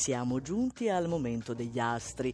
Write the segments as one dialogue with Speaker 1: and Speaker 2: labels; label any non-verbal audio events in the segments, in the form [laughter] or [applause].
Speaker 1: siamo giunti al momento degli astri.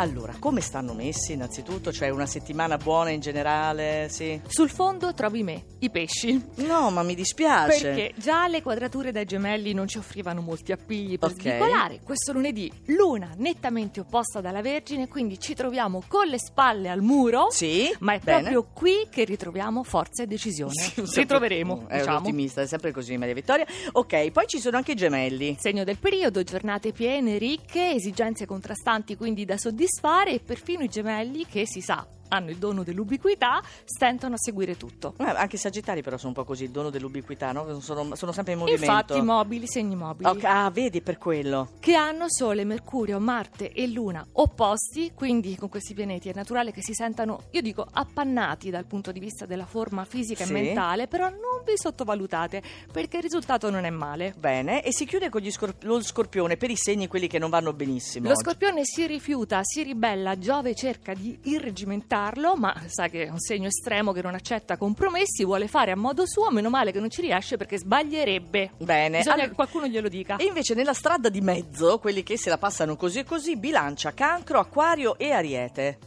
Speaker 1: Allora, come stanno messi innanzitutto? Cioè una settimana buona in generale, sì?
Speaker 2: Sul fondo trovi me, i pesci.
Speaker 1: No, ma mi dispiace.
Speaker 2: Perché già le quadrature dai gemelli non ci offrivano molti appigli per
Speaker 1: Ok.
Speaker 2: svicolare. Questo lunedì, luna nettamente opposta dalla Vergine, quindi ci troviamo con le spalle al muro.
Speaker 1: Sì?
Speaker 2: Ma è
Speaker 1: Bene.
Speaker 2: proprio qui che ritroviamo forza e decisione.
Speaker 1: [laughs] Sì, sempre-
Speaker 2: Ritroveremo,
Speaker 1: È un
Speaker 2: diciamo.
Speaker 1: ottimista, è sempre così Maria Vittoria. Ok, poi ci sono anche i gemelli.
Speaker 2: Segno del periodo, giornate piene, ricche, esigenze contrastanti quindi da soddisfare e perfino i gemelli che si sa hanno il dono dell'ubiquità, stentano a seguire tutto.
Speaker 1: Eh, anche i sagittari però sono un po' così, il dono dell'ubiquità, no? Sono, sono sempre in movimento.
Speaker 2: Infatti mobili, segni mobili,
Speaker 1: Ok, ah, vedi per quello.
Speaker 2: che hanno Sole, Mercurio, Marte e Luna opposti, quindi con questi pianeti è naturale che si sentano, io dico, appannati dal punto di vista della forma fisica
Speaker 1: Sì.
Speaker 2: e mentale, però non vi sottovalutate perché il risultato non è male.
Speaker 1: Bene, e si chiude con gli scor- lo scorpione per i segni quelli che non vanno benissimo.
Speaker 2: Lo
Speaker 1: oggi.
Speaker 2: scorpione si rifiuta, si ribella, Giove cerca di irregimentarlo, ma sa che è un segno estremo che non accetta compromessi, vuole fare a modo suo, meno male che non ci riesce perché sbaglierebbe.
Speaker 1: Bene.
Speaker 2: Bisogna
Speaker 1: Allora-
Speaker 2: che qualcuno glielo dica.
Speaker 1: E invece nella strada di mezzo, quelli che se la passano così e così, bilancia, cancro, acquario e ariete.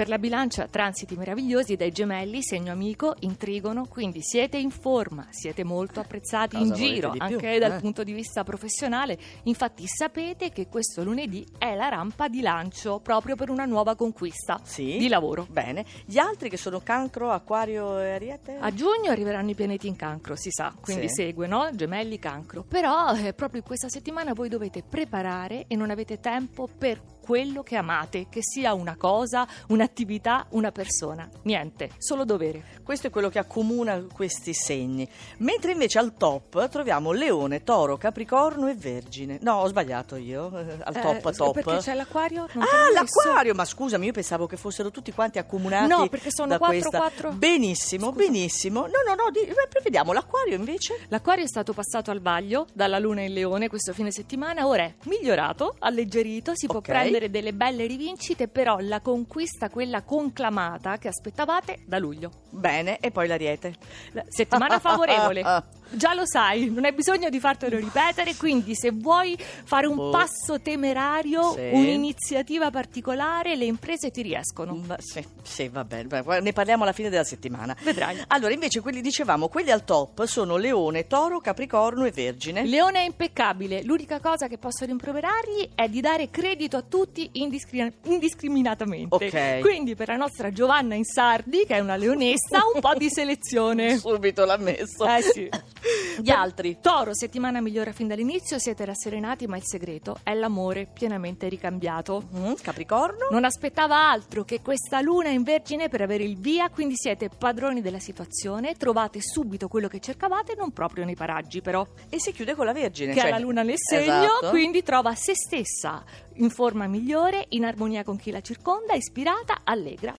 Speaker 2: Per la bilancia, transiti meravigliosi dai gemelli, segno amico, intrigono, quindi siete in forma, siete molto apprezzati
Speaker 1: Cosa
Speaker 2: in
Speaker 1: volete
Speaker 2: giro,
Speaker 1: di più,
Speaker 2: anche dal
Speaker 1: eh?
Speaker 2: punto di vista professionale. Infatti sapete che questo lunedì è la rampa di lancio proprio per una nuova conquista
Speaker 1: Sì.
Speaker 2: di lavoro.
Speaker 1: Bene. Gli altri che sono cancro, acquario e ariete?
Speaker 2: A giugno arriveranno i pianeti in cancro, si sa, quindi
Speaker 1: Sì.
Speaker 2: segue, no? Gemelli cancro. Però eh, proprio in questa settimana voi dovete preparare e non avete tempo per quello che amate, che sia una cosa, un'attività, una persona. Niente, solo dovere.
Speaker 1: Questo è quello che accomuna questi segni. Mentre invece al top troviamo leone, toro, capricorno e vergine. No, ho sbagliato io. eh, Al
Speaker 2: Eh,
Speaker 1: top,
Speaker 2: s-
Speaker 1: top.
Speaker 2: Perché c'è l'acquario? Non te
Speaker 1: Ah,
Speaker 2: l'ho messo.
Speaker 1: l'acquario! Ma scusami, io pensavo che fossero tutti quanti accomunati.
Speaker 2: No, perché sono
Speaker 1: da
Speaker 2: quattro,
Speaker 1: questa.
Speaker 2: quattro.
Speaker 1: Benissimo,
Speaker 2: Scusa.
Speaker 1: benissimo. No, no, no, di... beh, vediamo l'acquario invece.
Speaker 2: L'acquario è stato passato al vaglio dalla Luna in Leone questo fine settimana, ora è migliorato, alleggerito, si può
Speaker 1: Ok.
Speaker 2: prendere delle belle rivincite, però la conquista, quella conclamata che aspettavate da luglio.
Speaker 1: Bene, e poi l'ariete.
Speaker 2: La Settimana
Speaker 1: [laughs]
Speaker 2: favorevole. Già lo sai, non hai bisogno di fartelo ripetere, quindi se vuoi fare un
Speaker 1: Boh.
Speaker 2: passo temerario,
Speaker 1: Sì.
Speaker 2: un'iniziativa particolare, le imprese ti riescono.
Speaker 1: Ma Mm, sì, sì, va bene, va- guarda, ne parliamo alla fine della settimana.
Speaker 2: Vedrai.
Speaker 1: Allora, invece, quelli dicevamo, quelli al top sono leone, toro, capricorno e vergine.
Speaker 2: Leone è impeccabile, l'unica cosa che posso rimproverargli è di dare credito a tutti indiscri- indiscriminatamente.
Speaker 1: Ok.
Speaker 2: Quindi per la nostra Giovanna Insardi, che è una leonessa,
Speaker 1: [laughs]
Speaker 2: un po' di selezione.
Speaker 1: Subito l'ha messo.
Speaker 2: Eh sì.
Speaker 1: Eh, Gli altri.
Speaker 2: Toro, settimana migliore fin dall'inizio, siete rasserenati, ma il segreto è l'amore pienamente ricambiato.
Speaker 1: Mm, Capricorno.
Speaker 2: Non aspettava altro che questa luna in vergine per avere il via, quindi siete padroni della situazione, trovate subito quello che cercavate, non proprio nei paraggi però,
Speaker 1: E si chiude con la Vergine.
Speaker 2: che ha
Speaker 1: cioè-
Speaker 2: la luna nel segno,
Speaker 1: Esatto.
Speaker 2: quindi trova se stessa in forma migliore, in armonia con chi la circonda, ispirata, allegra.